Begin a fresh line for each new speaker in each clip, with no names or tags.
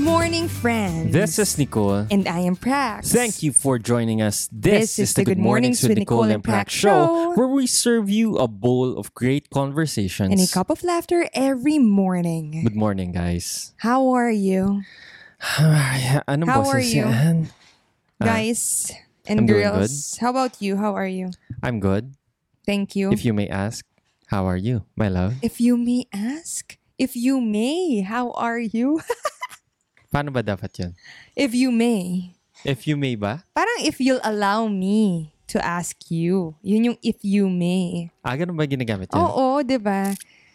morning, friends.
This is Nicole.
And I am Prax.
Thank you for joining us. This, is, the Good Mornings with Nicole and Prax show, where we serve you a bowl of great conversations.
And a cup of laughter every morning.
Good morning, guys.
How are you?
Ay, Anong
How are
boses
you?
yan?
Guys and
I'm doing
girls, how about you? How are you?
I'm good.
Thank you.
If you may ask, how are you, my love?
If you may ask, if you may, how are you?
Paano ba dapat yun?
if you may.
If you may ba?
Parang if you'll allow me to ask you. Yun yung if you may.
Ah, ganun ba ginagamit yun?
Oo, di ba?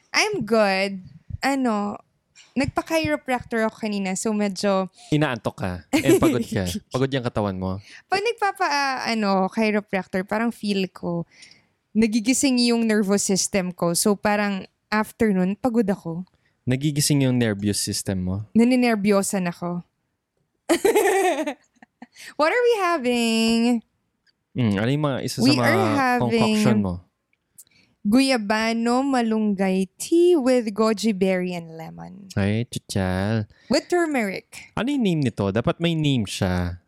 I'm good. Ano, nagpa-chiropractor ako kanina, so medyo,
Inaantok ka and pagod ka. pagod yung katawan mo.
pag nagpapa, ah, ano, chiropractor, parang feel ko, nagigising yung nervous system ko. So parang after nun, pagod ako.
Nagigising yung nervous system mo.
Naninervyosan ako. What are we having?
Mm, ano yung mga isa
We
sa mga
are having-
concoction mo?
Guyabano malunggay tea with goji berry and lemon.
Ay, chuchal.
With turmeric.
Ano yung name nito? Dapat may name siya.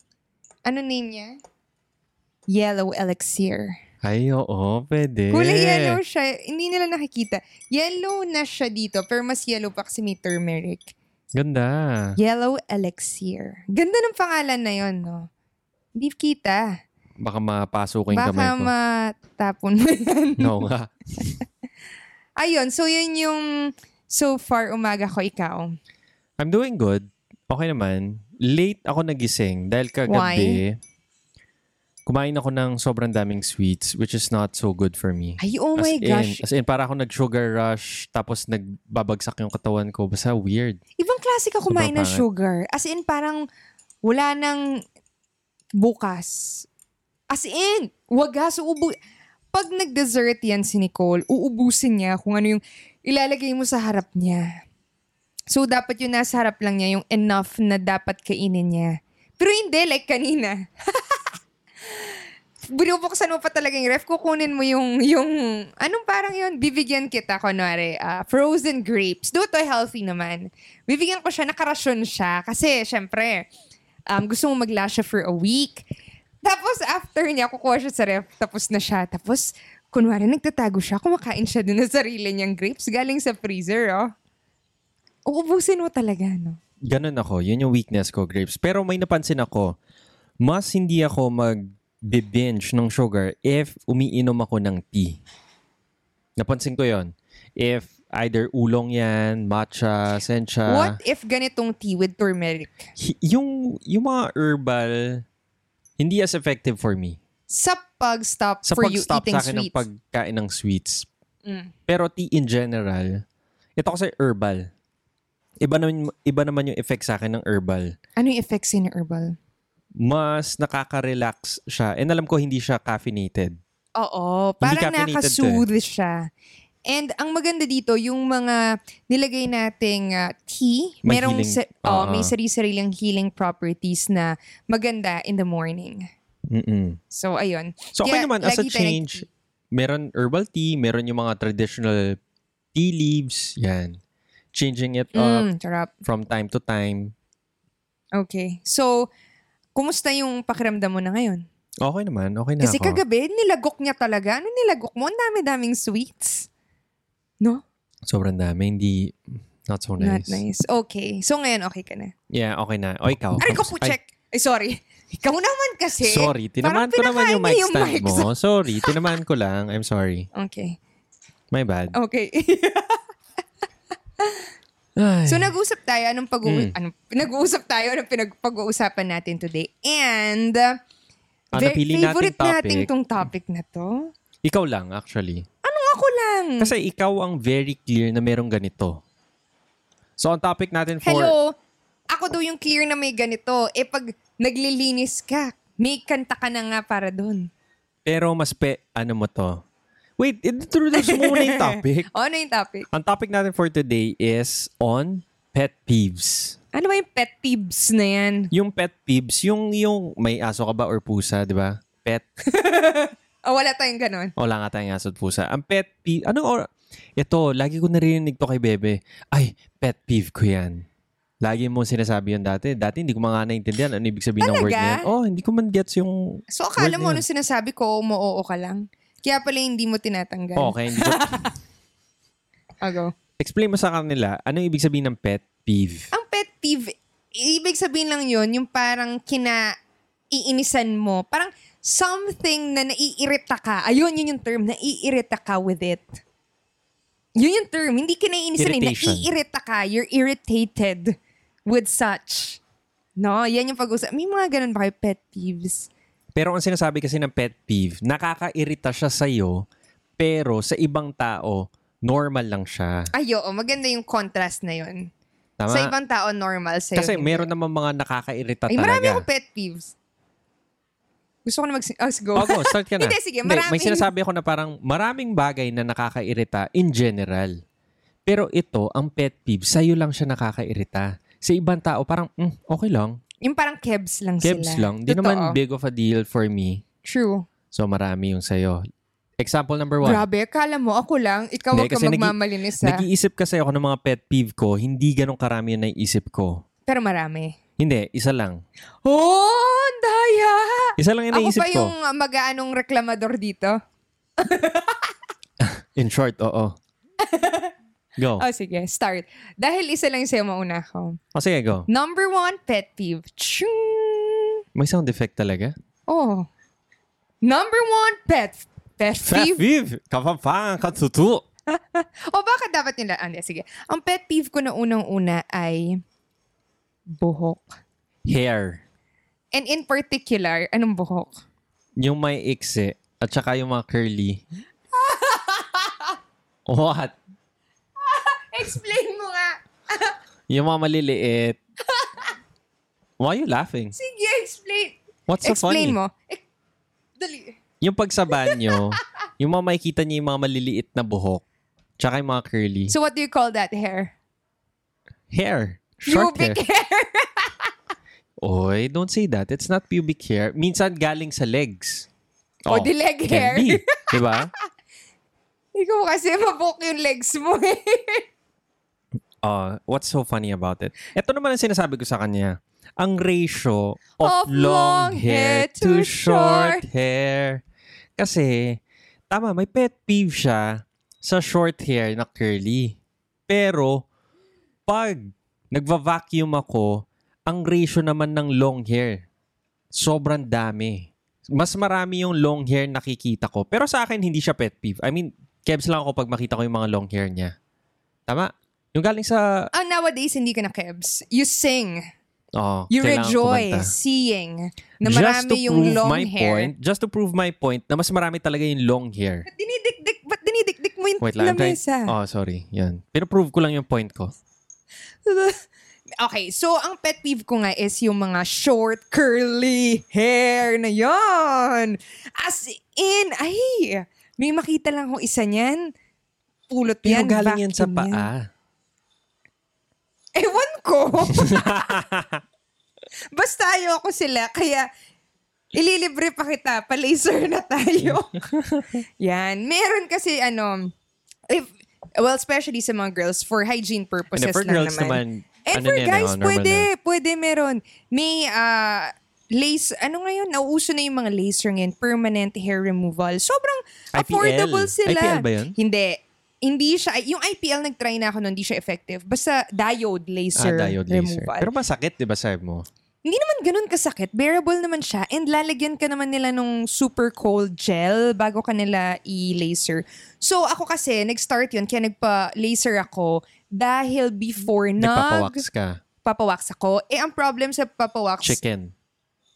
Ano name niya? Yellow elixir.
Ay, oo, pwede.
Kulay yellow siya. Hindi nila nakikita. Yellow na siya dito, pero mas yellow pa kasi may turmeric.
Ganda.
Yellow elixir. Ganda ng pangalan na yon, no? Hindi kita.
Baka mapasukin yung kamay
Baka
ko.
matapon mo yan.
no nga.
Ayun, so yun yung so far umaga ko ikaw.
I'm doing good. Okay naman. Late ako nagising dahil kagabi, kumain ako ng sobrang daming sweets which is not so good for me.
Ay, oh my
as in,
gosh.
As in, para ako nag-sugar rush tapos nagbabagsak yung katawan ko. Basta weird.
Ibang klase ka kumain ng
pangit.
sugar. As in, parang wala nang bukas. As in, wagas, uubo. Pag nag-dessert yan si Nicole, uubusin niya kung ano yung ilalagay mo sa harap niya. So, dapat yung nasa harap lang niya, yung enough na dapat kainin niya. Pero hindi, like kanina. Binubuksan mo pa talaga yung ref, kukunin mo yung, yung, anong parang yun, bibigyan kita, kunwari, ah, frozen grapes. Do to healthy naman. Bibigyan ko siya, nakarasyon siya. Kasi, syempre, um, gusto mo mag for a week. Tapos, after niya, kukuha siya sa ref, tapos na siya. Tapos, kunwari, nagtatago siya, kumakain siya din ng sarili niyang grapes galing sa freezer, oh. Uubusin mo talaga, no?
Ganun ako. Yun yung weakness ko, grapes. Pero may napansin ako, mas hindi ako mag-binge ng sugar if umiinom ako ng tea. Napansin ko yon. If either ulong yan, matcha, sencha.
What if ganitong tea with turmeric?
Hi- Yung, yung mga herbal, hindi as effective for me.
sa pag-stop
Sa
for you
pag-stop
eating
sa akin ng
sweets.
pagkain ng sweets.
Mm.
Pero tea in general, ito kasi herbal. Iba naman, iba naman yung effect sa akin ng herbal.
Ano yung effects in herbal?
mas nakaka-relax siya. And alam ko hindi siya caffeinated.
Oo,
Hindi
parang
caffeinated to eh.
nakasooth siya. And ang maganda dito, yung mga nilagay nating ah, tea,
May
merong
healing-
sa- oh,
ah.
may sarili-sariling healing properties na maganda in the morning.
Mm-mm.
So, ayun.
So okay
Kaya
naman, as a
lagi tayo nag-
change, meron herbal tea, meron yung mga traditional tea leaves, yan. Changing it
Mm,
up
sarap.
from time to time.
Okay. So, kumusta yung pakiramdam mo na ngayon?
Okay naman, okay na
Kasi
ako.
kagabi, nilagok niya talaga. Ano nilagok mo? Ang dami-daming sweets. No?
Sobrang dami, hindi, not so Oh, nice.
Not nice. Okay. So, ngayon okay ka na?
Yeah, okay na. O ikaw.
Aray ko
kamusta?
po, check. Ay, sorry. Ikaw naman kasi.
Ay, sorry, tinamaan
Parang
ko naman yung mic
pinakain mo
stand
yung mic
mo. Sorry, tinamaan ko lang. I'm sorry.
Okay.
My bad.
Okay.
Ay.
so, nag-usap tayo. Anong pag
Mm.
anong, nag-uusap tayo? Anong pinag- pag-uusapan natin today? And, uh,
Ah,
ver-
napili nating
favorite natin
topic.
tong topic na to.
ikaw lang, actually.
Ako lang.
Kasi ikaw ang very clear na merong ganito. So, ang topic natin for...
Hello. Ako daw yung clear na may ganito. Eh, pag naglilinis ka, may kanta ka na nga para doon.
Pero mas pe... Ano mo to? Wait, introduce mo muna yung topic.
O, ano yung topic?
Ang topic natin for today is on pet peeves.
Ano ba yung pet peeves na yan?
Yung pet peeves, yung, yung may aso ka ba or pusa, di ba? Pet.
O, wala tayong ganon.
Wala nga tayong aso at pusa. Ang pet peeve... ano, Anong or... Ito, lagi ko narinig to kay Bebe. Ay, pet peeve ko yan. Lagi mo sinasabi yun dati. Dati hindi ko mga naintindihan ano ibig sabihin ng word na yun.
Talaga?
Oh, hindi ko man gets yung...
So, akala
Word
mo
na
ano sinasabi ko, umoo ka lang. Kaya pala hindi mo tinatanggal.
Oh, kaya hindi ko...
I'll go.
Explain mo sa kanila, ano ibig sabihin ng pet peeve?
Ang pet peeve, ibig sabihin lang yun, yung parang kinaiinisan mo. Parang something na naiirita ka. Ayun, yun yung term, naiirita ka with it. Yun yung term, hindi kinaiinisan eh.
Irritation.
Naiirita ka, you're irritated with such. No, yan yung pag-usap. May mga ganun ba kayo pet peeves?
Pero ang sinasabi kasi ng pet peeve, nakakairita siya sa'yo, pero sa ibang tao, normal lang siya.
Ay, oo, maganda yung contrast na yun.
Tama?
Sa ibang tao, normal sa'yo.
kasi
hindi.
meron naman mga nakakairita
Ay,
talaga.
marami akong pet peeves. Gusto ko na mag- oh, go.
Ogo, start ka na.
Hindi, sige,
May
maraming-
sinasabi ako na parang maraming bagay na nakakairita in general. Pero ito, ang pet peeve, sa'yo lang siya nakakairita. Sa ibang tao, parang, mm, okay lang.
Yung parang kebs lang sila.
Kebs lang. Di
Totoo.
naman big of a deal for me.
True.
So, marami yung sa'yo. Example number one.
Grabe, kala mo ako lang, ikaw
Hindi,
wag ka ah.
kasi nag-
magmamalinis ha.
Nag-iisip kasi ako ng mga pet peeve ko, hindi ganong karami yung naiisip ko.
Pero marami.
Hindi, isa lang.
Oh, ang daya!
Isa lang yung
Ako
Ano naisip
pa
ko.
yung uh, mag-aanong reklamador dito.
In short, oo. Go.
Oh, sige, start. Dahil isa lang yung sa'yo mauna ko.
O Oh, sige, go.
Number one, pet peeve. Tsyung!
May sound effect talaga.
Oh. Number one, pet, pet peeve.
peeve! Kapampangan, katutu!
O baka dapat nila, ah, hindi, sige. Ang pet peeve ko na unang-una ay buhok.
Hair.
And in particular, anong buhok?
Yung may ikse at saka yung mga curly. What?
Explain mo nga.
Yung mga maliliit. Why you laughing?
Sige, explain.
What's so funny?
explain mo. Ek- dali.
Yung pag sa banyo, yung mga makikita niyo yung mga maliliit na buhok. Tsaka yung mga curly.
So what do you call that hair?
hair. Short hair.
Pubic hair.
Oy, don't say that. It's not pubic hair. Minsan galing sa legs.
O, Oh, di leg
can
hair.
be. Diba?
Ikaw kasi mabok yung legs mo eh.
Uh, what's so funny about it? Ito naman ang sinasabi ko sa kanya. Ang ratio of,
Of long hair to
short hair. Kasi, tama, may pet peeve siya sa short hair na curly. Pero, pag nagva-vacuum ako, ang ratio naman ng long hair, sobrang dami. Mas marami yung long hair nakikita ko. Pero sa akin, hindi siya pet peeve. I mean, kebs lang ako pag makita ko yung mga long hair niya. Tama? Yung galing sa...
Ah, nowadays, hindi ka na kebs. You sing.
Oh,
You
kailangan
rejoice
kumanta.
seeing na
just to
marami yung
prove
long
my
hair.
point, just to prove my point na mas marami talaga yung long hair.
Ba't dinidikdik, ba't dinidikdik mo yung
Wait lang. I'm
Ano
trying-
lamesa?
Oh, sorry. Yan. Pero prove ko lang yung point ko.
Okay, so ang pet peeve ko nga is yung mga short, curly hair na yon. As in, ay, may makita lang akong isa niyan. Pulot
Pero
yan,
galing yan sa
vacuum
paa.
Ewan ko. Basta ayoko sila, kaya ililibre pa kita, pa-laser na tayo. yan, meron kasi ano, if, well, especially sa mga girls, for hygiene purposes
And for
lang
girls naman,
And
ano
for
na yan,
guys,
oh, normal
pwede,
na.
pwede meron. May ah, lace, ano ngayon, nauuso na yung mga laser ngayon, permanent hair removal. Sobrang
IPL.
affordable sila.
IPL ba yun?
Hindi. Hindi siya, yung IPL nagtry na ako nun, hindi siya effective. Basta diode laser
ah, diode laser.
removal.
Pero masakit, di ba, sabi mo?
hindi naman ganun kasakit. Bearable naman siya. And lalagyan ka naman nila nung super cold gel bago ka nila i-laser. So ako kasi, nag-start yun, kaya nagpa-laser ako dahil before nag
Nagpapawax ka.
papawaks ako. Eh, ang problem sa papawaks,
Chicken.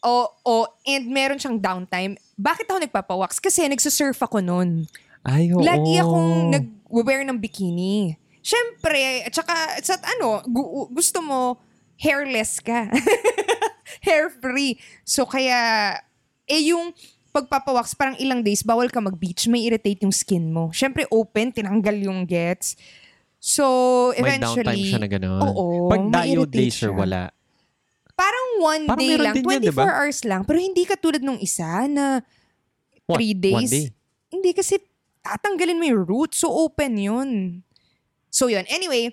oo, and meron siyang downtime. Bakit ako nagpapawaks? Kasi nagsusurf ako noon.
Ay, oo.
Lagi akong nag-wear ng bikini. Siyempre, at saka, sa ano, gu- gusto mo, hairless ka. Hair-free. So, kaya, eh yung pagpapawaks, parang ilang days, bawal ka mag-beach, may irritate yung skin mo. Siyempre, open, tinanggal yung gets. So,
May
eventually...
downtime siya na gano'n.
Oo.
Pag diode
ma-irritate
laser,
siya.
wala.
Parang one
Parang
day
meron
lang,
din yun,
24
di ba?
hours lang. Pero hindi katulad nung isa na
What?
three
One
days.
day?
Hindi kasi tatanggalin mo yung root. So open yun. So yun. Anyway,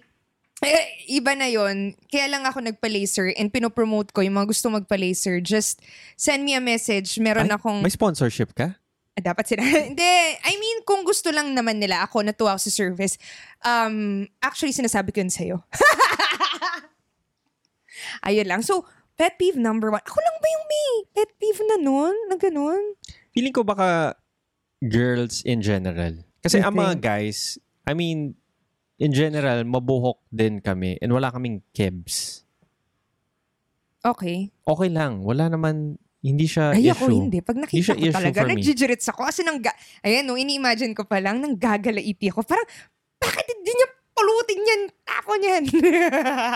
Eh, iba na yon Kaya lang ako nagpa-laser and pinopromote ko yung mga gusto magpa-laser. Just send me a message. Meron
Ay,
akong...
May sponsorship ka?
Ah, Dapat sila. Hindi. I mean, kung gusto lang naman nila ako, natuwa ako sa service. Um, actually, sinasabi ko yun sa'yo. Ayun lang. So, pet peeve number one. Ako lang ba yung may pet peeve na nun? Na ganun?
Feeling ko baka girls in general. Kasi
You
ang mga guys, I mean, in general, mabuhok din kami and wala kaming kebs.
Okay.
Okay lang. Wala naman, hindi siya
Ay,
issue.
ako hindi. Pag nakita
Hindi siya
ko
issue
talaga,
for me.
nagjijirits ako. Kasi nang, ga- ayan, nung ini-imagine ko pa lang, nang gagalaiti ako. Parang, bakit hindi niya pulutin yan? Tapo niyan.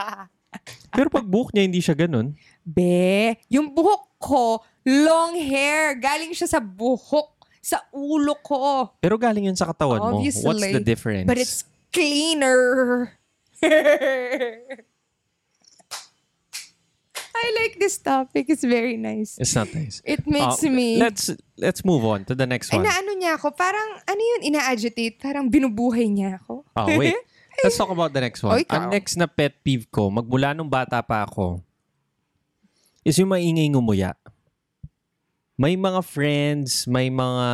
Pero pag buhok niya, hindi siya ganun.
Be, yung buhok ko, long hair. Galing siya sa buhok, sa ulo ko.
Pero galing yun sa katawan
Obviously.
mo. What's the difference?
But it's cleaner. I like this topic. It's very nice.
It's not nice.
It makes
Uh,
me...
Let's let's move on to the next
Ay,
one.
naano niya ako. Parang, ano yun, ina-agitate. Parang binubuhay niya ako.
Oh, wait. Let's talk about the next one.
Oh, ikaw.
Ang next na pet peeve ko, magmula nung bata pa ako, is yung maingay ngumuya. May mga friends, may mga...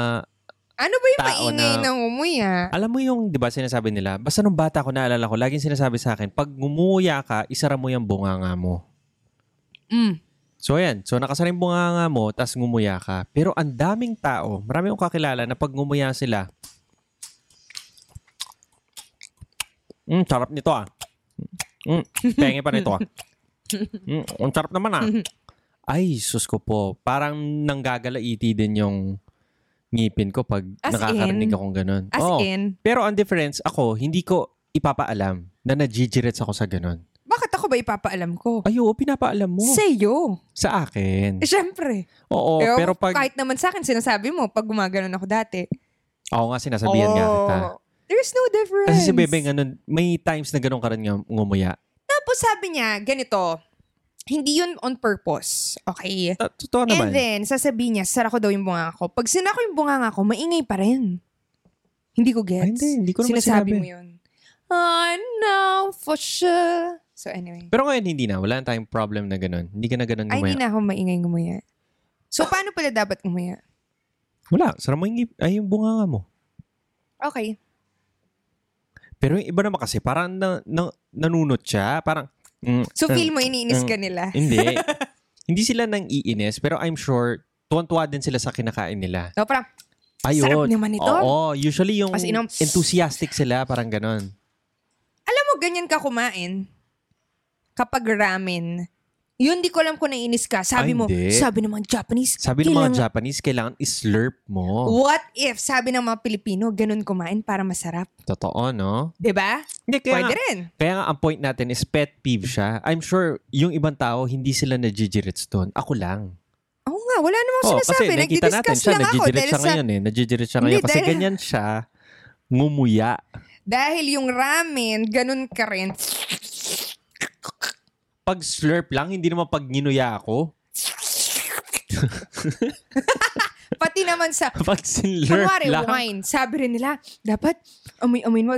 ano ba yung
Tao
maingay ah?
na-
na umuya?
Alam mo yung, di ba, sinasabi nila, basta nung bata ko, naalala ko, laging sinasabi sa akin, pag ngumuya ka, isara mo yung bunganga mo.
Mm.
So ayan, so nakasara yung bunganga mo, tas ngumuya ka. Pero ang daming tao, marami akong kakilala na pag ngumuya sila, Mm, sarap nito ah. Mm, penge pa nito ah. Mm, ang sarap naman ah. Ay, sus ko po. Parang nanggagalaiti din yung ngipin ko pag
As
nakakarinig
in?
akong ganun.
As
Oo.
in,
Pero ang difference, ako, hindi ko ipapaalam na nagigirets ako sa ganun.
bakit ako ba ipapaalam ko?
Ay, oo, pinapaalam mo.
Sa'yo.
sa akin.
Eh, Siyempre.
Oo,
Ewan
Oh, pero
ko,
pag...
Kahit naman sa akin, sinasabi mo, pag gumaganon ako dati.
Ako nga, sinasabihan nga kita.
Oh, There's no difference.
Kasi si Bebe, ganun, may times na ganun ka rin nga ngumuya.
Tapos sabi niya, ganito, hindi yun on purpose. Okay?
Ta- Totoo
And
naman.
then, sasabihin niya, sara ko daw yung bunga ko. Pag sina ko yung bunga ko, maingay pa rin. Hindi ko gets.
Ay, hindi, hindi ko naman
Sinasabi
ano sinabi.
mo yun. I know for sure. So anyway.
pero ngayon, hindi na. Wala na tayong problem na ganun. Hindi ka na ganun
Ay, hindi
ngumuya.
na ako maingay gumaya. So, paano pala dapat gumaya?
Wala. Sarang mo yung, ngip- ay, yung bunga nga mo.
Okay.
Pero yung iba naman kasi, parang na, na, nanunot siya. Parang, mm,
So,
mm,
feel mo iniinis
Mm.
ka nila.
Hindi. hindi sila nang iinis, pero I'm sure, tuwan-tuwa din sila sa kinakain nila.
No, parang,
Ayun.
Sarap naman ito.
Oo. Usually yung
As in, um,
enthusiastic sila, parang ganun.
alam mo, ganyan ka kumain kapag ramen. Yun, di ko alam kung nainis ka. Sabi
Ay,
mo,
hindi.
sabi ng mga Japanese.
Sabi ng
kailangan-
mga oh. Japanese, kailangan islurp mo.
What if, sabi ng mga Pilipino, ganun kumain para masarap?
Totoo, no?
'Di ba?
Hindi,
Pwede rin.
Kaya nga, ang point natin is pet peeve siya. I'm sure yung ibang tao, hindi sila nagigirits doon. Ako lang.
Oo nga, wala namang
Oo,
sinasabi.
Oh, nakikita natin
Nagdi-discuss
siya,
lang ako
nagigirits
dahil,
siya
sa,
ngayon eh. Nagigirits siya ngayon
Hindi,
kasi
dahil-
ganyan siya, ngumuya.
dahil yung ramen, ganun ka rin.
Pag slurp lang, hindi naman pag nginuya ako.
Pati naman sa,
Pag slurp
kunwari,
lang.
wine. Sabi rin nila, dapat amoy-amoy mo.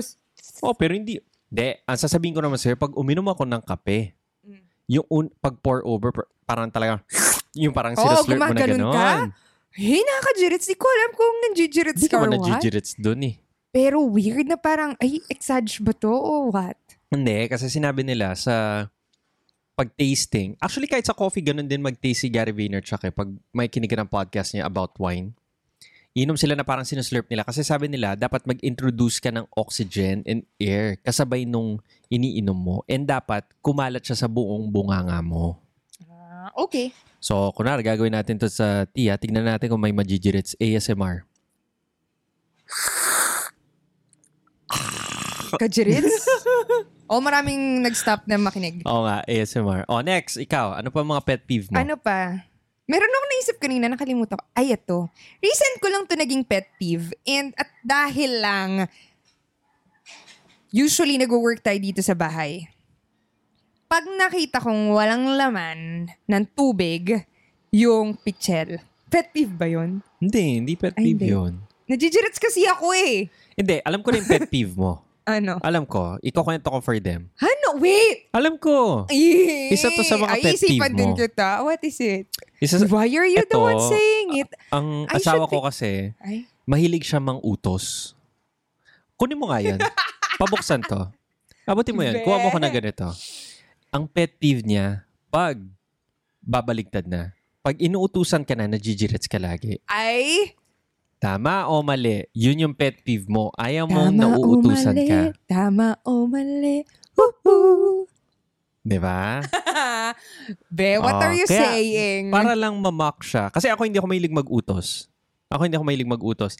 Oh, pero hindi. Hindi, ang sasabihin ko naman sa'yo, pag uminom ako ng kape,
Mm.
yung un- pag pour over, par- parang talaga, yung parang
Oo,
sinaslurp mo na
gumaganon
gano'n.
ka? Hey, nakaka-jirits. Di ko alam kung nanjijirits
Hindi
ka
ka
or
man
what.
nagigirits doon eh.
Pero weird na parang, ay, exage ba to o what?
Hindi, kasi sinabi nila sa pag-tasting. Actually, kahit sa coffee, ganun din mag-taste si Gary Vaynerchuk eh, pag may kinig ka ng podcast niya about wine. Inom sila na parang sinuslurp nila kasi sabi nila dapat mag-introduce ka ng oxygen and air kasabay nung iniinom mo and dapat kumalat siya sa buong bunganga mo.
Ah, okay.
So, kunwari, gagawin natin to sa tea. ha? Tignan natin kung may magigirits. ASMR.
Kajirits? o Oh, maraming nag-stop na makinig.
Oo nga, ASMR. O, next, ikaw. Ano pa mga pet peeve mo?
Ano pa? Meron akong naisip kanina, nakalimutan ko. Ay, ito. Recent ko lang to naging pet peeve. And at dahil lang, usually nag-work tayo dito sa bahay. Pag nakita kong walang laman ng tubig, yung pichel. Pet peeve ba yun?
Hindi, hindi pet
Ay,
peeve
hindi.
yun.
Nagigirits kasi ako eh.
Hindi, alam ko na yung pet peeve mo.
Ano?
Alam ko, ikukwento ko for them.
Ano? wait!
Alam ko.
Yay!
Isa to sa mga
Ay,
pet peeve
isipan din
mo.
kita. What is it?
Isa sa-
Why are you the
Eto, Ah.
one saying it?
ang
I
asawa
should
ko kasi,
Ay,
mahilig siya mangutos. Kunin mo nga yan. Pabuksan to. Abutin mo yan. Kuha mo ko na ganito. Ang pet peeve niya, pag babaligtad na, pag inuutusan ka na, nagigirets ka lagi.
ay,
Tama o mali, yun yung pet peeve mo. Ayaw mong
tama o
nauutusan
mali.
ka.
Tama o mali. Woohoo!
Di ba?
Be, what
Ah,
are you
kaya,
saying?
Para lang mamock siya. Kasi ako hindi ako mahilig mag-utos. Ako hindi ako mahilig mag-utos.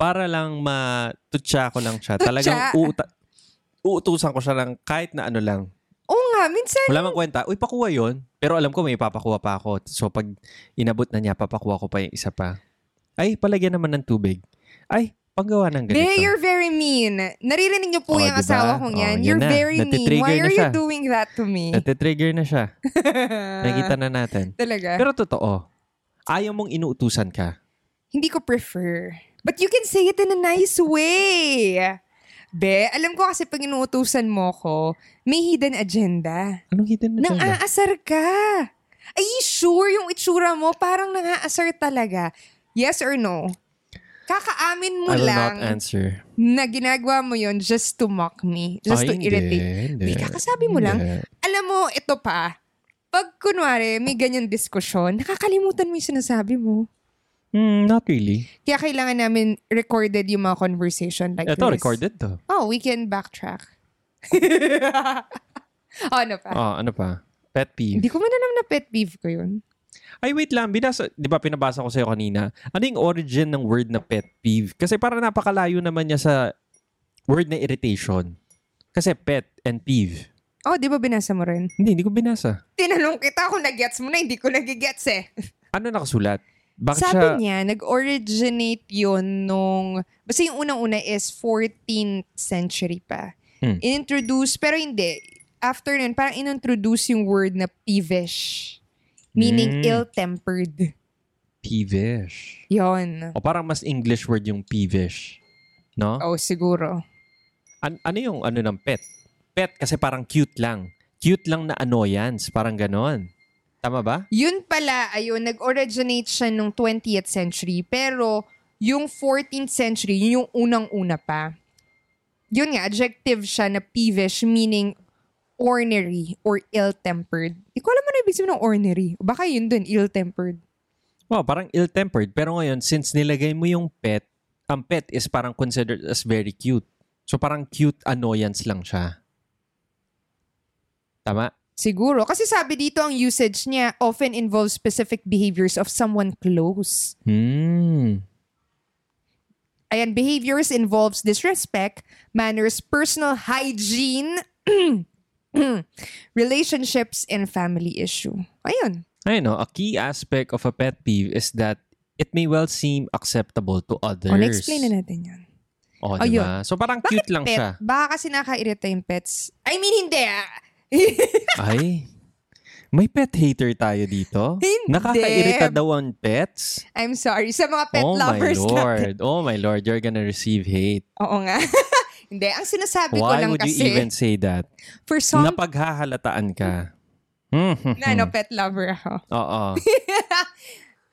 Para lang matutsa ko lang siya. Talagang uuta- uutusan ko siya ng kahit na ano lang.
Oo nga, minsan,
Wala mang kwenta. Uy, pakuha yon Pero alam ko may papakuha pa ako. So pag inabot na niya, papakuha ko pa yung isa pa. Ay, palagyan naman ng tubig. Ay, panggawa ng ganito.
Be, you're very mean. Naririnig niyo po
Oh,
yung
diba?
asawa kong
Oh,
yan.
yun
you're
na.
very mean.
Natitrigger
Why
na
are you
siya.
doing that to me? Ah.
Natitrigger na siya. Nakita na natin.
Talaga.
Pero totoo, ayaw mong inuutusan ka.
Hindi ko prefer. But you can say it in a nice way. Be, alam ko kasi pag inuutusan mo ko, may hidden agenda.
Anong hidden
Nang
agenda?
aasar ka. Ay, sure, yung itsura mo parang nangaasar talaga. Yes or no? Kakaamin mo
I will
lang
not answer.
na ginagawa mo yon just to mock me. Just
Ay,
to
Ah, hindi,
irritate.
Hindi,
Di, kakasabi mo lang,
Hindi.
Alam mo, ito pa. Pag kunwari, may ganyan diskusyon, nakakalimutan mo yung sinasabi mo.
Hmm, not really.
Kaya kailangan namin recorded yung mga conversation like
Ito,
this.
recorded to.
Oh, we can backtrack. oh, ano pa?
Ah, ano pa? Pet peeve.
Hindi ko man alam na pet peeve ko yun.
Ay, wait lang. Binasa, di ba pinabasa ko sa'yo kanina? Ano yung origin ng word na pet peeve? Kasi para napakalayo naman niya sa word na irritation. Kasi pet and peeve.
Oh, di ba binasa mo rin?
Hindi, hindi ko binasa.
Tinanong kita kung nag-gets mo na, hindi ko nag-gets eh.
Ano nakasulat? Bakit
Sabi
siya...
niya, nag-originate yun nung, basta yung unang-una is 14th century pa.
Hmm.
Inintroduce, pero hindi. After nun, parang inintroduce yung word na peevish. Meaning
Hmm.
ill-tempered.
Peevish.
Yon.
O parang mas English word yung peevish. No?
Oh, siguro.
An- ano yung ano ng pet? Pet kasi parang cute lang. Cute lang na annoyance. Parang ganon. Tama ba?
Yun pala, ayun, nag-originate siya nung 20th century. Pero, yung 14th century, yun yung unang-una pa. Yun nga, adjective siya na peevish, meaning ornery or ill-tempered. Hindi ko alam ano ibig sabihin ng ornery. Baka yun dun, ill-tempered.
Wow, parang ill-tempered. Pero ngayon, since nilagay mo yung pet, ang pet is parang considered as very cute. So parang cute annoyance lang siya. Tama?
Siguro. Kasi sabi dito, ang usage niya often involves specific behaviors of someone close.
Hmm.
Ayan, behaviors involves disrespect, manners, personal hygiene, relationships, and family issue. Ayun.
I know, a key aspect of a pet peeve is that it may well seem acceptable to others.
O, Oh, na-explain na natin yan.
O,
Ayun.
diba? So parang cute lang siya.
Pet, baka kasi nakairita yung pets. I mean, hindi ah.
Ay, may pet hater tayo dito?
Hindi.
Nakakairita daw ang pets?
I'm sorry. Sa mga pet
oh
lovers
my
lang.
lord. Oh my lord, you're gonna receive hate.
Oo nga. hindi. Ang sinasabi ko
Why
lang
would
kasi,
you even say that?
for some,
Napaghahalataan ka. Hmm.
na ano, pet lover ako.
Oo.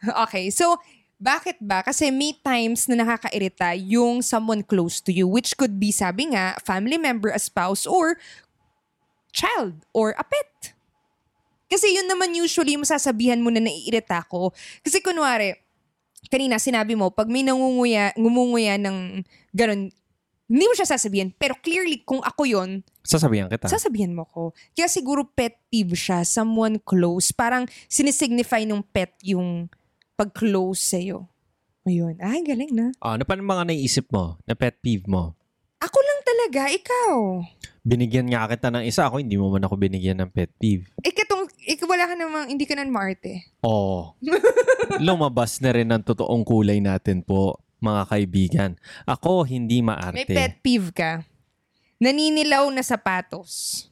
Okay, so bakit ba? Kasi may times na nakakairita yung someone close to you, which could be, sabi nga, family member, a spouse, or child, or a pet. Kasi yun naman usually yung masasabihan mo na naiirita ko. Kasi kunwari, kanina sinabi mo, pag may nangunguya, ngumunguya ng ganun, hindi mo siya sasabihin. Pero clearly, kung ako yon
Sasabihan kita.
sasabihan mo ko. Kaya siguro pet peeve siya, someone close. Parang sinisignify nung pet yung pag-close sa'yo. Ayun. Ah, galing na.
Ah, ano pa ng mga naisip mo? Na pet peeve mo?
Ako lang talaga, ikaw.
Binigyan nga kita ng isa. Ako, hindi mo man ako binigyan ng pet peeve.
Ikatong, ik- Eh, wala ka namang, hindi ka na maarte.
Oo. Lumabas na rin ang totoong kulay natin po, mga kaibigan. Ako, hindi maarte.
May pet peeve ka. Naninilaw na sapatos.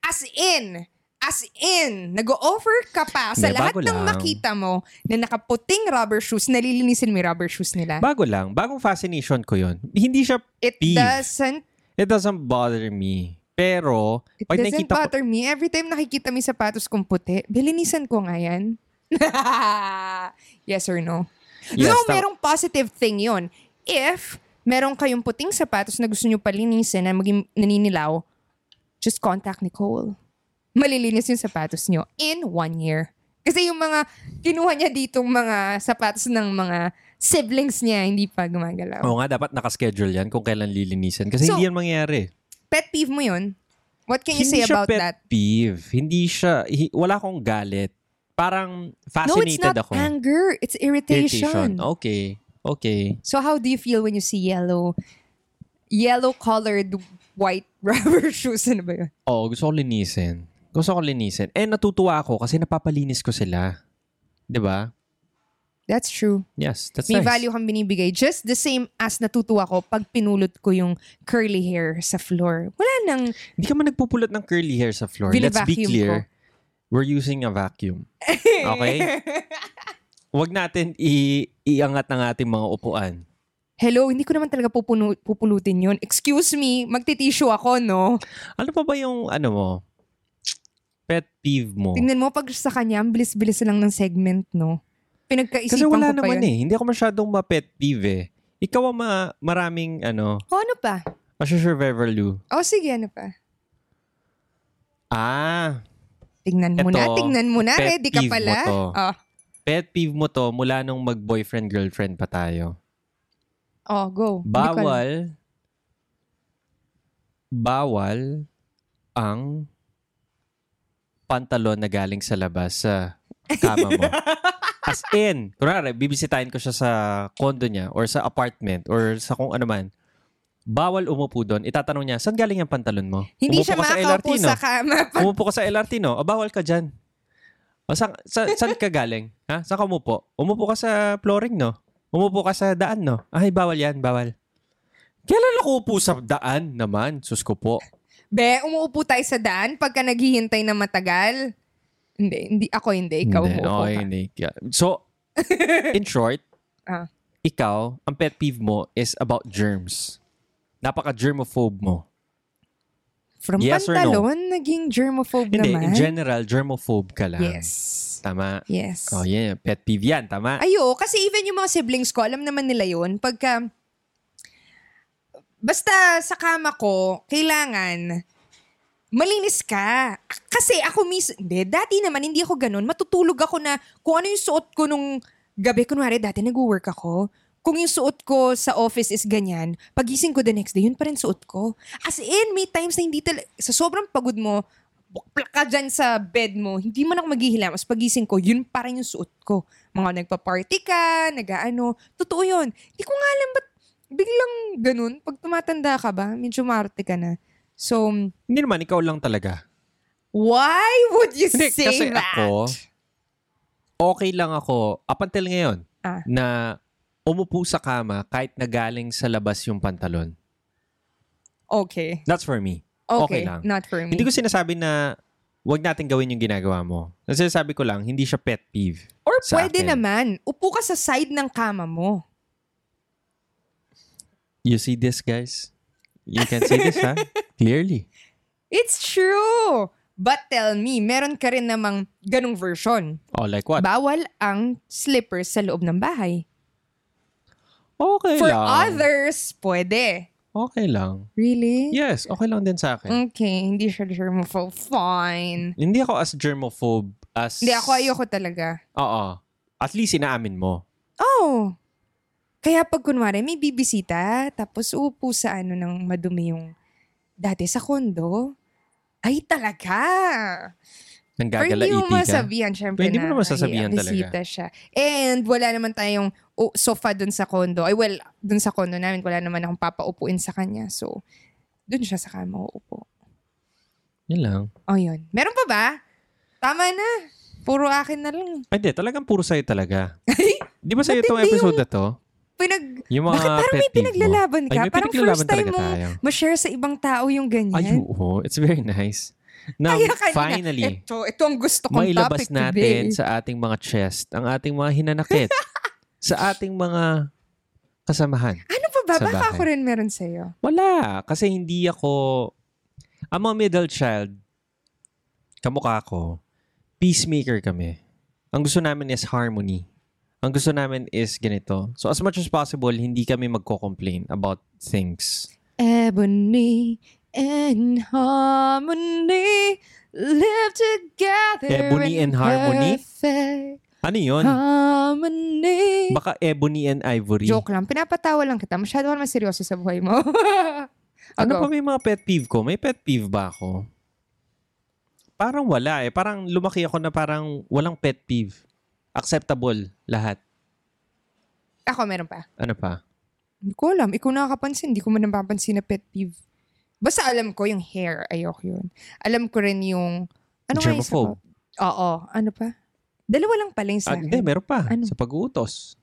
As in, as in, nag-offer ka pa sa
Hindi,
lahat
bago
ng
lang.
makita mo na nakaputing rubber shoes, nalilinisin mo yung rubber shoes nila.
Bago lang. Bagong fascination ko yon. Hindi siya
It
peeve.
doesn't
It doesn't bother me. Pero,
It
pag
doesn't
nakikita ko,
bother me. Every time nakikita may sapatos kong puti, bilinisan ko nga yan. yes or no?
Yes,
Though
tama.
merong positive thing yon If merong kayong puting sapatos na gusto nyo palinisin na maging naninilaw, just contact Nicole. Malilinis yung sapatos nyo in one year. Kasi yung mga kinuha niya ditong mga sapatos ng mga siblings niya, hindi pa gumagalaw.
oo nga, dapat nakaschedule yan kung kailan lilinisan. Kasi
So,
hindi yan mangyayari.
Pet peeve mo yun? What can you
hindi
say
siya
about
pet
that?
peeve. Hindi siya, hi- wala akong galit. Parang
No, it's
fascinated
not
ako. oh.
anger. It's irritation.
Okay. Okay.
So how do you feel when you see yellow, yellow-colored white rubber shoes? Ano ba yun?
Oo, Oh, gusto ko linisin. Gusto ko linisin. Eh, natutuwa ako kasi napapalinis ko sila. 'Di ba?
That's true.
Yes, that's
May
nice.
value kang binibigay. Just the same as natutuwa ko pag pinulot ko yung curly hair sa floor. Wala nang...
Hindi ka man nagpupulot ng curly hair sa floor. Let's be
Binivacuum
clear. We're using a vacuum. Okay? Huwag natin i- iangat ng ating mga upuan.
Hello, hindi ko naman talaga pupuno, pupulutin yun. Excuse me, magtitissue ako, no?
Ano pa ba yung ano mo? Pet peeve mo?
Tingnan mo, pag sa kanya, ang bilis-bilis lang ng segment, no? Pinagkaisipan
Kasi wala
ko pa
naman
yun.
eh. Hindi ako masyadong ma-pet peeve eh. Ikaw ang ma- maraming ano,
O, ano pa?
a survivor Lou.
O, sige, ano pa?
Ah,
Tingnan mo
Eto,
na, tingnan mo na.
pet
Ready ka
peeve mo
pala.
to.
Oh,
pet peeve mo to mula nung mag-boyfriend-girlfriend pa tayo.
oh, go. Hindi ko alam.
Bawal, bawal ang pantalon na galing sa labas sa kama mo. As in, kunwari, bibisitahin ko siya sa condo niya or sa apartment or sa kung ano man. Bawal umupo doon. Itatanong niya, saan galing yung pantalon mo?
Hindi
umupo
siya
ka sa
makakaupo
LRT, no?
sa kama.
Umupo ka sa LRT, no? O, bawal ka dyan. O, saan, sa, saan ka galing? Ha? Saan ka umupo? Umupo ka sa flooring, no? Umupo ka sa daan, no? Ay, bawal yan, bawal. Kailan ako upo sa daan naman? Sus ko po.
Be, umuupo tayo sa daan pagka naghihintay na matagal. Hindi, hindi. Ako hindi. Ikaw
Hindi,
umuupo
okay,
ka.
hindi. Kaya- So, in short,
Ah.
ikaw, ang pet peeve mo is about germs. Napaka-germophobe mo.
From
Yes or no?
pantalon, naging germophobe
Hindi,
naman.
in general, germophobe ka lang.
yes.
Tama.
Yes.
Oh, yeah. Pet peeve yan. Tama.
Ayo, kasi even yung mga siblings ko, alam naman nila yun. Pagka, basta sa kama ko, kailangan, malinis ka. K- Kasi ako mis, hindi, dati naman, hindi ako ganun. Matutulog ako na, kung ano yung suot ko nung gabi, kunwari dati nag-work ako, kung yung suot ko sa office is ganyan, pagising ko the next day, yun pa rin suot ko. As in, may times na hindi talaga, sa sobrang pagod mo, buklak ka dyan sa bed mo, hindi man ako maghihilamas. Pagising ko, yun pa rin yung suot ko. Mga nagpa-party ka, nag-ano. Totoo yun. Hindi ko nga alam ba't biglang ganun. Pag tumatanda ka ba, medyo maarte ka na. So,
Hindi naman, ikaw lang talaga.
why would you
Hindi,
say
kasi
that?
ako, okay lang ako up until ngayon
Ah.
na umupo sa kama kahit nagaling sa labas yung pantalon.
okay.
That's for me.
Okay,
Okay lang.
not for me.
Hindi ko sinasabi na wag natin gawin yung ginagawa mo. Ang sinasabi ko lang, hindi siya pet peeve.
Or
sa
pwede
akin.
naman, upo ka sa side ng kama mo.
You see this, guys? You can see this, ha? Clearly.
It's true! But tell me, meron ka rin namang ganong version.
Oh, like what?
Bawal ang slippers sa loob ng bahay.
Okay
For
lang.
others, pwede.
Okay lang.
Really?
Yes, okay lang din sa akin.
Okay, hindi siya germophobe. Fine.
Hindi ako as germophobe as...
Hindi, ako ayoko talaga.
Oo. At least inaamin mo.
Oh! Kaya pag kunwari may bibisita, tapos upo sa ano ng madumi yung dati sa kondo, ay talaga! Pero hindi
Nanggagalaiti
mo
ka.
masabihan, syempre
Pwede
na
mo naman sasabihan
ay, bisita siya. And wala naman tayong oh, sofa dun sa kondo. Ay well, dun sa kondo namin, wala naman akong papaupuin sa kanya. So, dun siya sa kama uupo.
Yan lang.
O yun. Meron pa ba? Tama na. Puro akin na lang.
Ay, di. Talagang puro sa'yo talaga. Di ba sa'yo
Ba't
itong
hindi
episode na to?
Pinag...
Yung mga
Bakit parang may
pet peeve mo.
pinaglalaban
Ay,
ka?
may
parang
pinaglalaban
first time
talaga
mo
tayo.
ma-share sa ibang tao yung ganyan.
Ay, oo. It's very nice. Now,
Kaya kanina,
finally,
Ito, ito ang gusto kong topic
mailabas
today.
natin sa ating mga chest, ang ating mga hinanakit, sa ating mga kasamahan.
Ano pa ba?
sa
Baka
bahay.
ako rin meron sa'yo.
Wala. Kasi hindi ako... Ang mga middle child, kamukha ko, peacemaker kami. Ang gusto namin is harmony. Ang gusto namin is ganito. So as much as possible, hindi kami magko-complain about things.
Ebony and harmony live together
Ebony
in
and harmony?
perfect
Ano yun?
harmony.
Baka ebony and ivory.
Joke lang. Pinapatawa lang kita. Masyado ka naman seryoso sa buhay mo.
Ano
Ano
pa may mga pet peeve ko? May pet peeve ba ako? Parang wala eh. Parang lumaki ako na parang walang pet peeve. Acceptable lahat.
Ako, meron pa.
Ano pa?
Hindi ko alam. Ikaw nakakapansin. Hindi ko man napapansin na pet peeve. Basta alam ko yung hair. Ayoko yun. Alam ko rin yung... Ano nga yung isa ko?
Germaphobe.
Oo. Ano pa? Dalawa lang pala yung sa
Ah,
akin.
hindi, meron pa.
Ano?
Sa pag-uutos.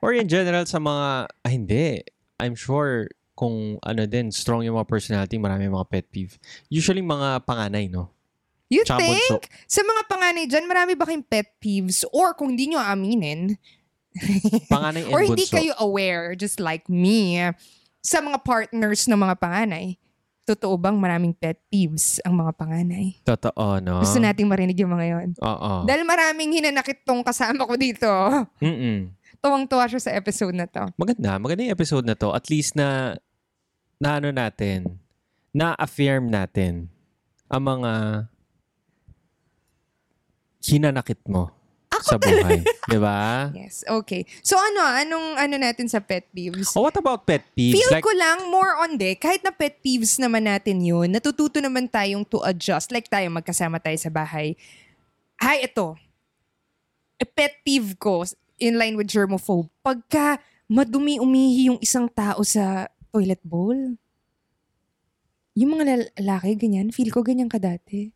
Or in general sa mga, ah, hindi. I'm sure kung ano din, strong yung mga personality, marami mga pet peeve. Usually mga panganay, no?
You
Tsaka
think?
bunso.
Sa mga panganay dyan, marami ba kayong pet peeves? Or kung hindi nyo aminin,
Panganay and
or hindi
bunso.
kayo aware, just like me, sa mga partners ng mga panganay, totoo bang maraming pet peeves ang mga panganay?
Totoo, no?
Gusto nating marinig yung mga yon.
Oo.
Dahil maraming hinanakit tong kasama ko dito.
Mm-mm.
Tuwang-tuwa siya sa episode na to.
maganda, maganda yung episode na to. At least na, na ano natin, na-affirm natin ang mga hinanakit mo sa buhay. di ba?
Yes, okay. So ano, anong ano natin sa pet peeves?
Oh, what about pet peeves?
Feel
like,
ko lang more on de, kahit na pet peeves naman natin yun, natututo naman tayong to adjust. Like tayo, magkasama tayo sa bahay. Hay, ito. A pet peeve ko, in line with germophobe, pagka madumi-umihi yung isang tao sa toilet bowl. Yung mga lal- lalaki, ganyan. Feel ko ganyan ka dati.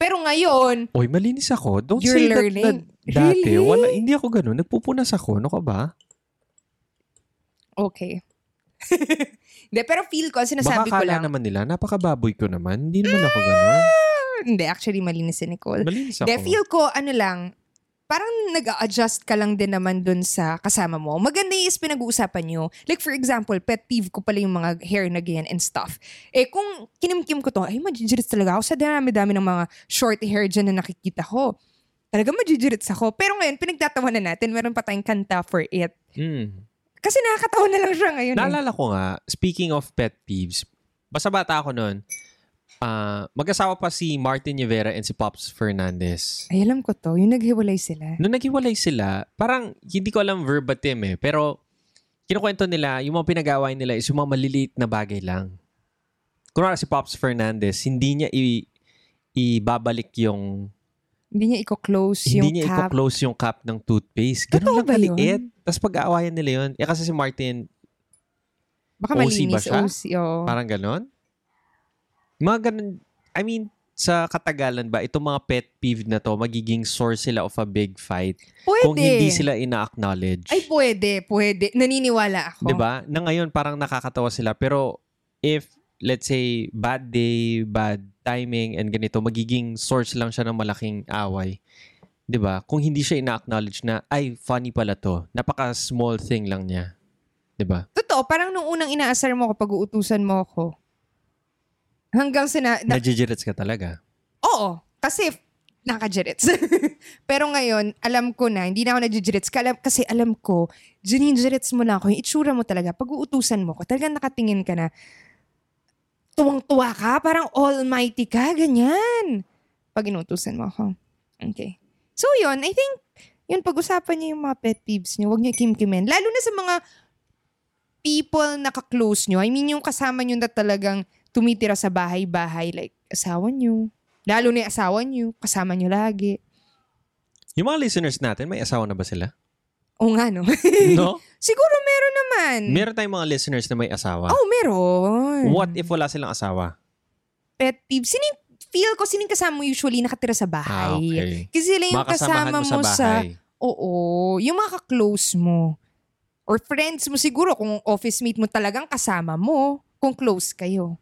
Pero ngayon,
Oy, malinis ako. Don't
You're
say that,
learning.
na dati.
Really?
Wala, hindi ako ganun. Nagpupunas ako. Ano ka ba?
okay. Hindi, pero feel ko,
Baka
sinasabi ko
akala
lang. Ah!
naman nila, napakababoy ko naman. Hindi naman ako ganun.
Hindi, actually, malinis si Nicole.
Malinis ako.
De, feel ko, ano lang, parang nag-adjust ka lang din naman dun sa kasama mo. Maganda yung is pinag-uusapan nyo. Like for example, pet peeve ko pala yung mga hair na ganyan and stuff. Eh kung kinimkim ko to, ay majijirit talaga ako sa dami-dami ng mga short hair dyan na nakikita ko. Talaga majijirit ako. Pero ngayon, pinagtatawa na natin. Meron pa tayong kanta for it.
Mm.
Kasi nakakatawa na lang siya ngayon. eh.
Naalala ko nga, speaking of pet peeves, basta bata ako noon, ah, mag-asawa pa si Martin Rivera and si Pops Fernandez.
Ay, alam ko to. Yung naghiwalay sila.
Nung naghiwalay sila, parang hindi ko alam verbatim eh, pero kinukwento nila, yung mga pinag nila is yung mga maliliit na bagay lang. Kunwari si Pops Fernandez, hindi niya i- ibabalik yung,
Hindi niya i-close yung
hindi niya
cap.
i-close yung cap ng toothpaste. Ganun
Totoo
lang
ba yun?
kaliit. Tapos pag-aawayan nila yun. Eh kasi si Martin,
Baka
OC ba
malinis. oh.
siya?
OC, oo.
Parang ganon? Mga ganon, I mean, sa katagalan ba, itong mga pet peeve na to, magiging source sila of a big fight
Pwede.
kung hindi sila ina-acknowledge.
Ay, pwede, pwede. Naniniwala ako.
'Di ba? Na ngayon, parang nakakatawa sila. Pero if, let's say, bad day, bad timing, and ganito, magiging source lang siya ng malaking away. 'Di ba? Kung hindi siya ina-acknowledge na, ay, funny pala to. Napaka-small thing lang niya. 'Di ba?
Totoo, parang nung unang inaasar mo ako, pag-uutusan mo ako, hanggang sina... Na,
Nadjijirits ka talaga.
oo, kasi nakajirits. Pero ngayon, alam ko na, hindi na ako najijirits. Kala- Kasi alam ko, jininjirits mo na ako, yung itsura mo talaga, pag-uutusan mo ako, talagang nakatingin ka na, tuwang-tuwa ka, parang almighty ka, ganyan. Pag inutusan mo ako. Okay. So yun, I think, yun, pag-usapan niyo yung mga pet peeves niyo, huwag niyo kimkimin. Lalo na sa mga people na kaklose niyo. I mean, yung kasama niyo na talagang tumitira sa bahay-bahay, like, asawa niyo. Lalo na yung asawa niyo, kasama niyo lagi.
Yung mga listeners natin, may asawa na ba sila?
Oo nga, no?
No?
Siguro meron naman.
Meron tayong mga listeners na may asawa.
Oh, meron.
What if wala silang asawa?
Pet peeve. Sino yung- feel ko, sino yung kasama mo usually nakatira sa
Ah,
bahay?
okay.
Kasi sila yung
Mga kasamahan
kasama
mo sa bahay.
Oo. Yung mga ka-close mo. Or friends mo siguro kung office mate mo talagang kasama mo. Kung close kayo.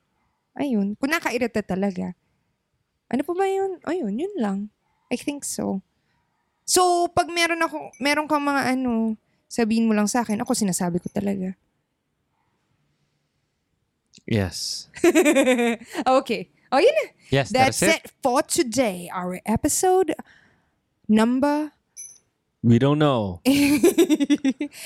Ayun. Kung nakairita talaga. Ano pa ba yun? Ayun, yun lang. I think so. So, pag meron ako, meron kang mga ano, sabihin mo lang sa akin, ako sinasabi ko talaga.
Yes.
okay. Oh, yun na.
Yes, that
That's
is
it
it.
for today. Our episode number...
We don't know.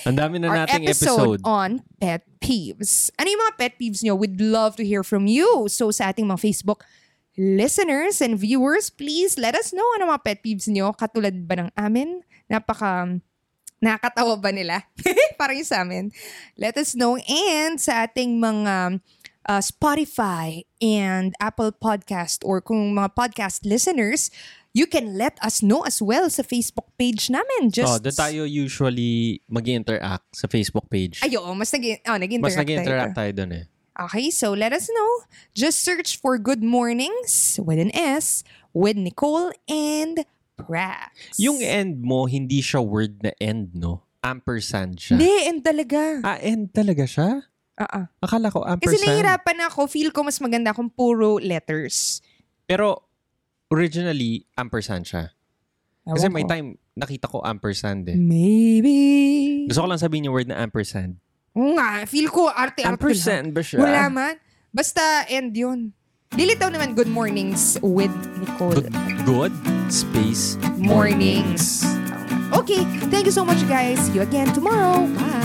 Ang dami na
our
nating
episode,
episode.
on pet peeves. Ano yung mga pet peeves nyo? We'd love to hear from you. So sa ating mga Facebook listeners and viewers, please let us know ano mga pet peeves nyo. Katulad ba ng amin? Napaka nakakatawa ba nila? Parang yung sa amin. Let us know. And sa ating mga uh, Spotify and Apple Podcast or kung mga podcast listeners, you can let us know as well sa Facebook page namin.
Oh,
Just
doon tayo usually mag-interact sa Facebook page.
Ay, oo, mas nag oh, nag-interact
Mas
tayo.
nag-interact tayo doon eh.
Okay, so let us know. Just search for Good Mornings with an S with Nicole and Prax.
Yung E. end mo, hindi siya word na end, no? Ampersand siya.
Hindi, and talaga.
Ah, end talaga siya?
Ah, ah.
Akala ko
Kasi
ampersand.
nahihirapan ako. Feel ko mas maganda kung puro letters.
Pero originally, ampersand siya. Kasi
Ewan ko.
may
Hmm.
time, nakita ko ampersand eh.
Maybe.
Gusto ko lang sabihin yung word na ampersand.
Oo nga, feel ko arte-arte lang.
Ampersand ba siya?
Wala man. Basta end yun. Lilitaw naman Good Mornings with Nicole.
Good, good space
mornings. Okay, thank you so much guys. See you again tomorrow. Bye.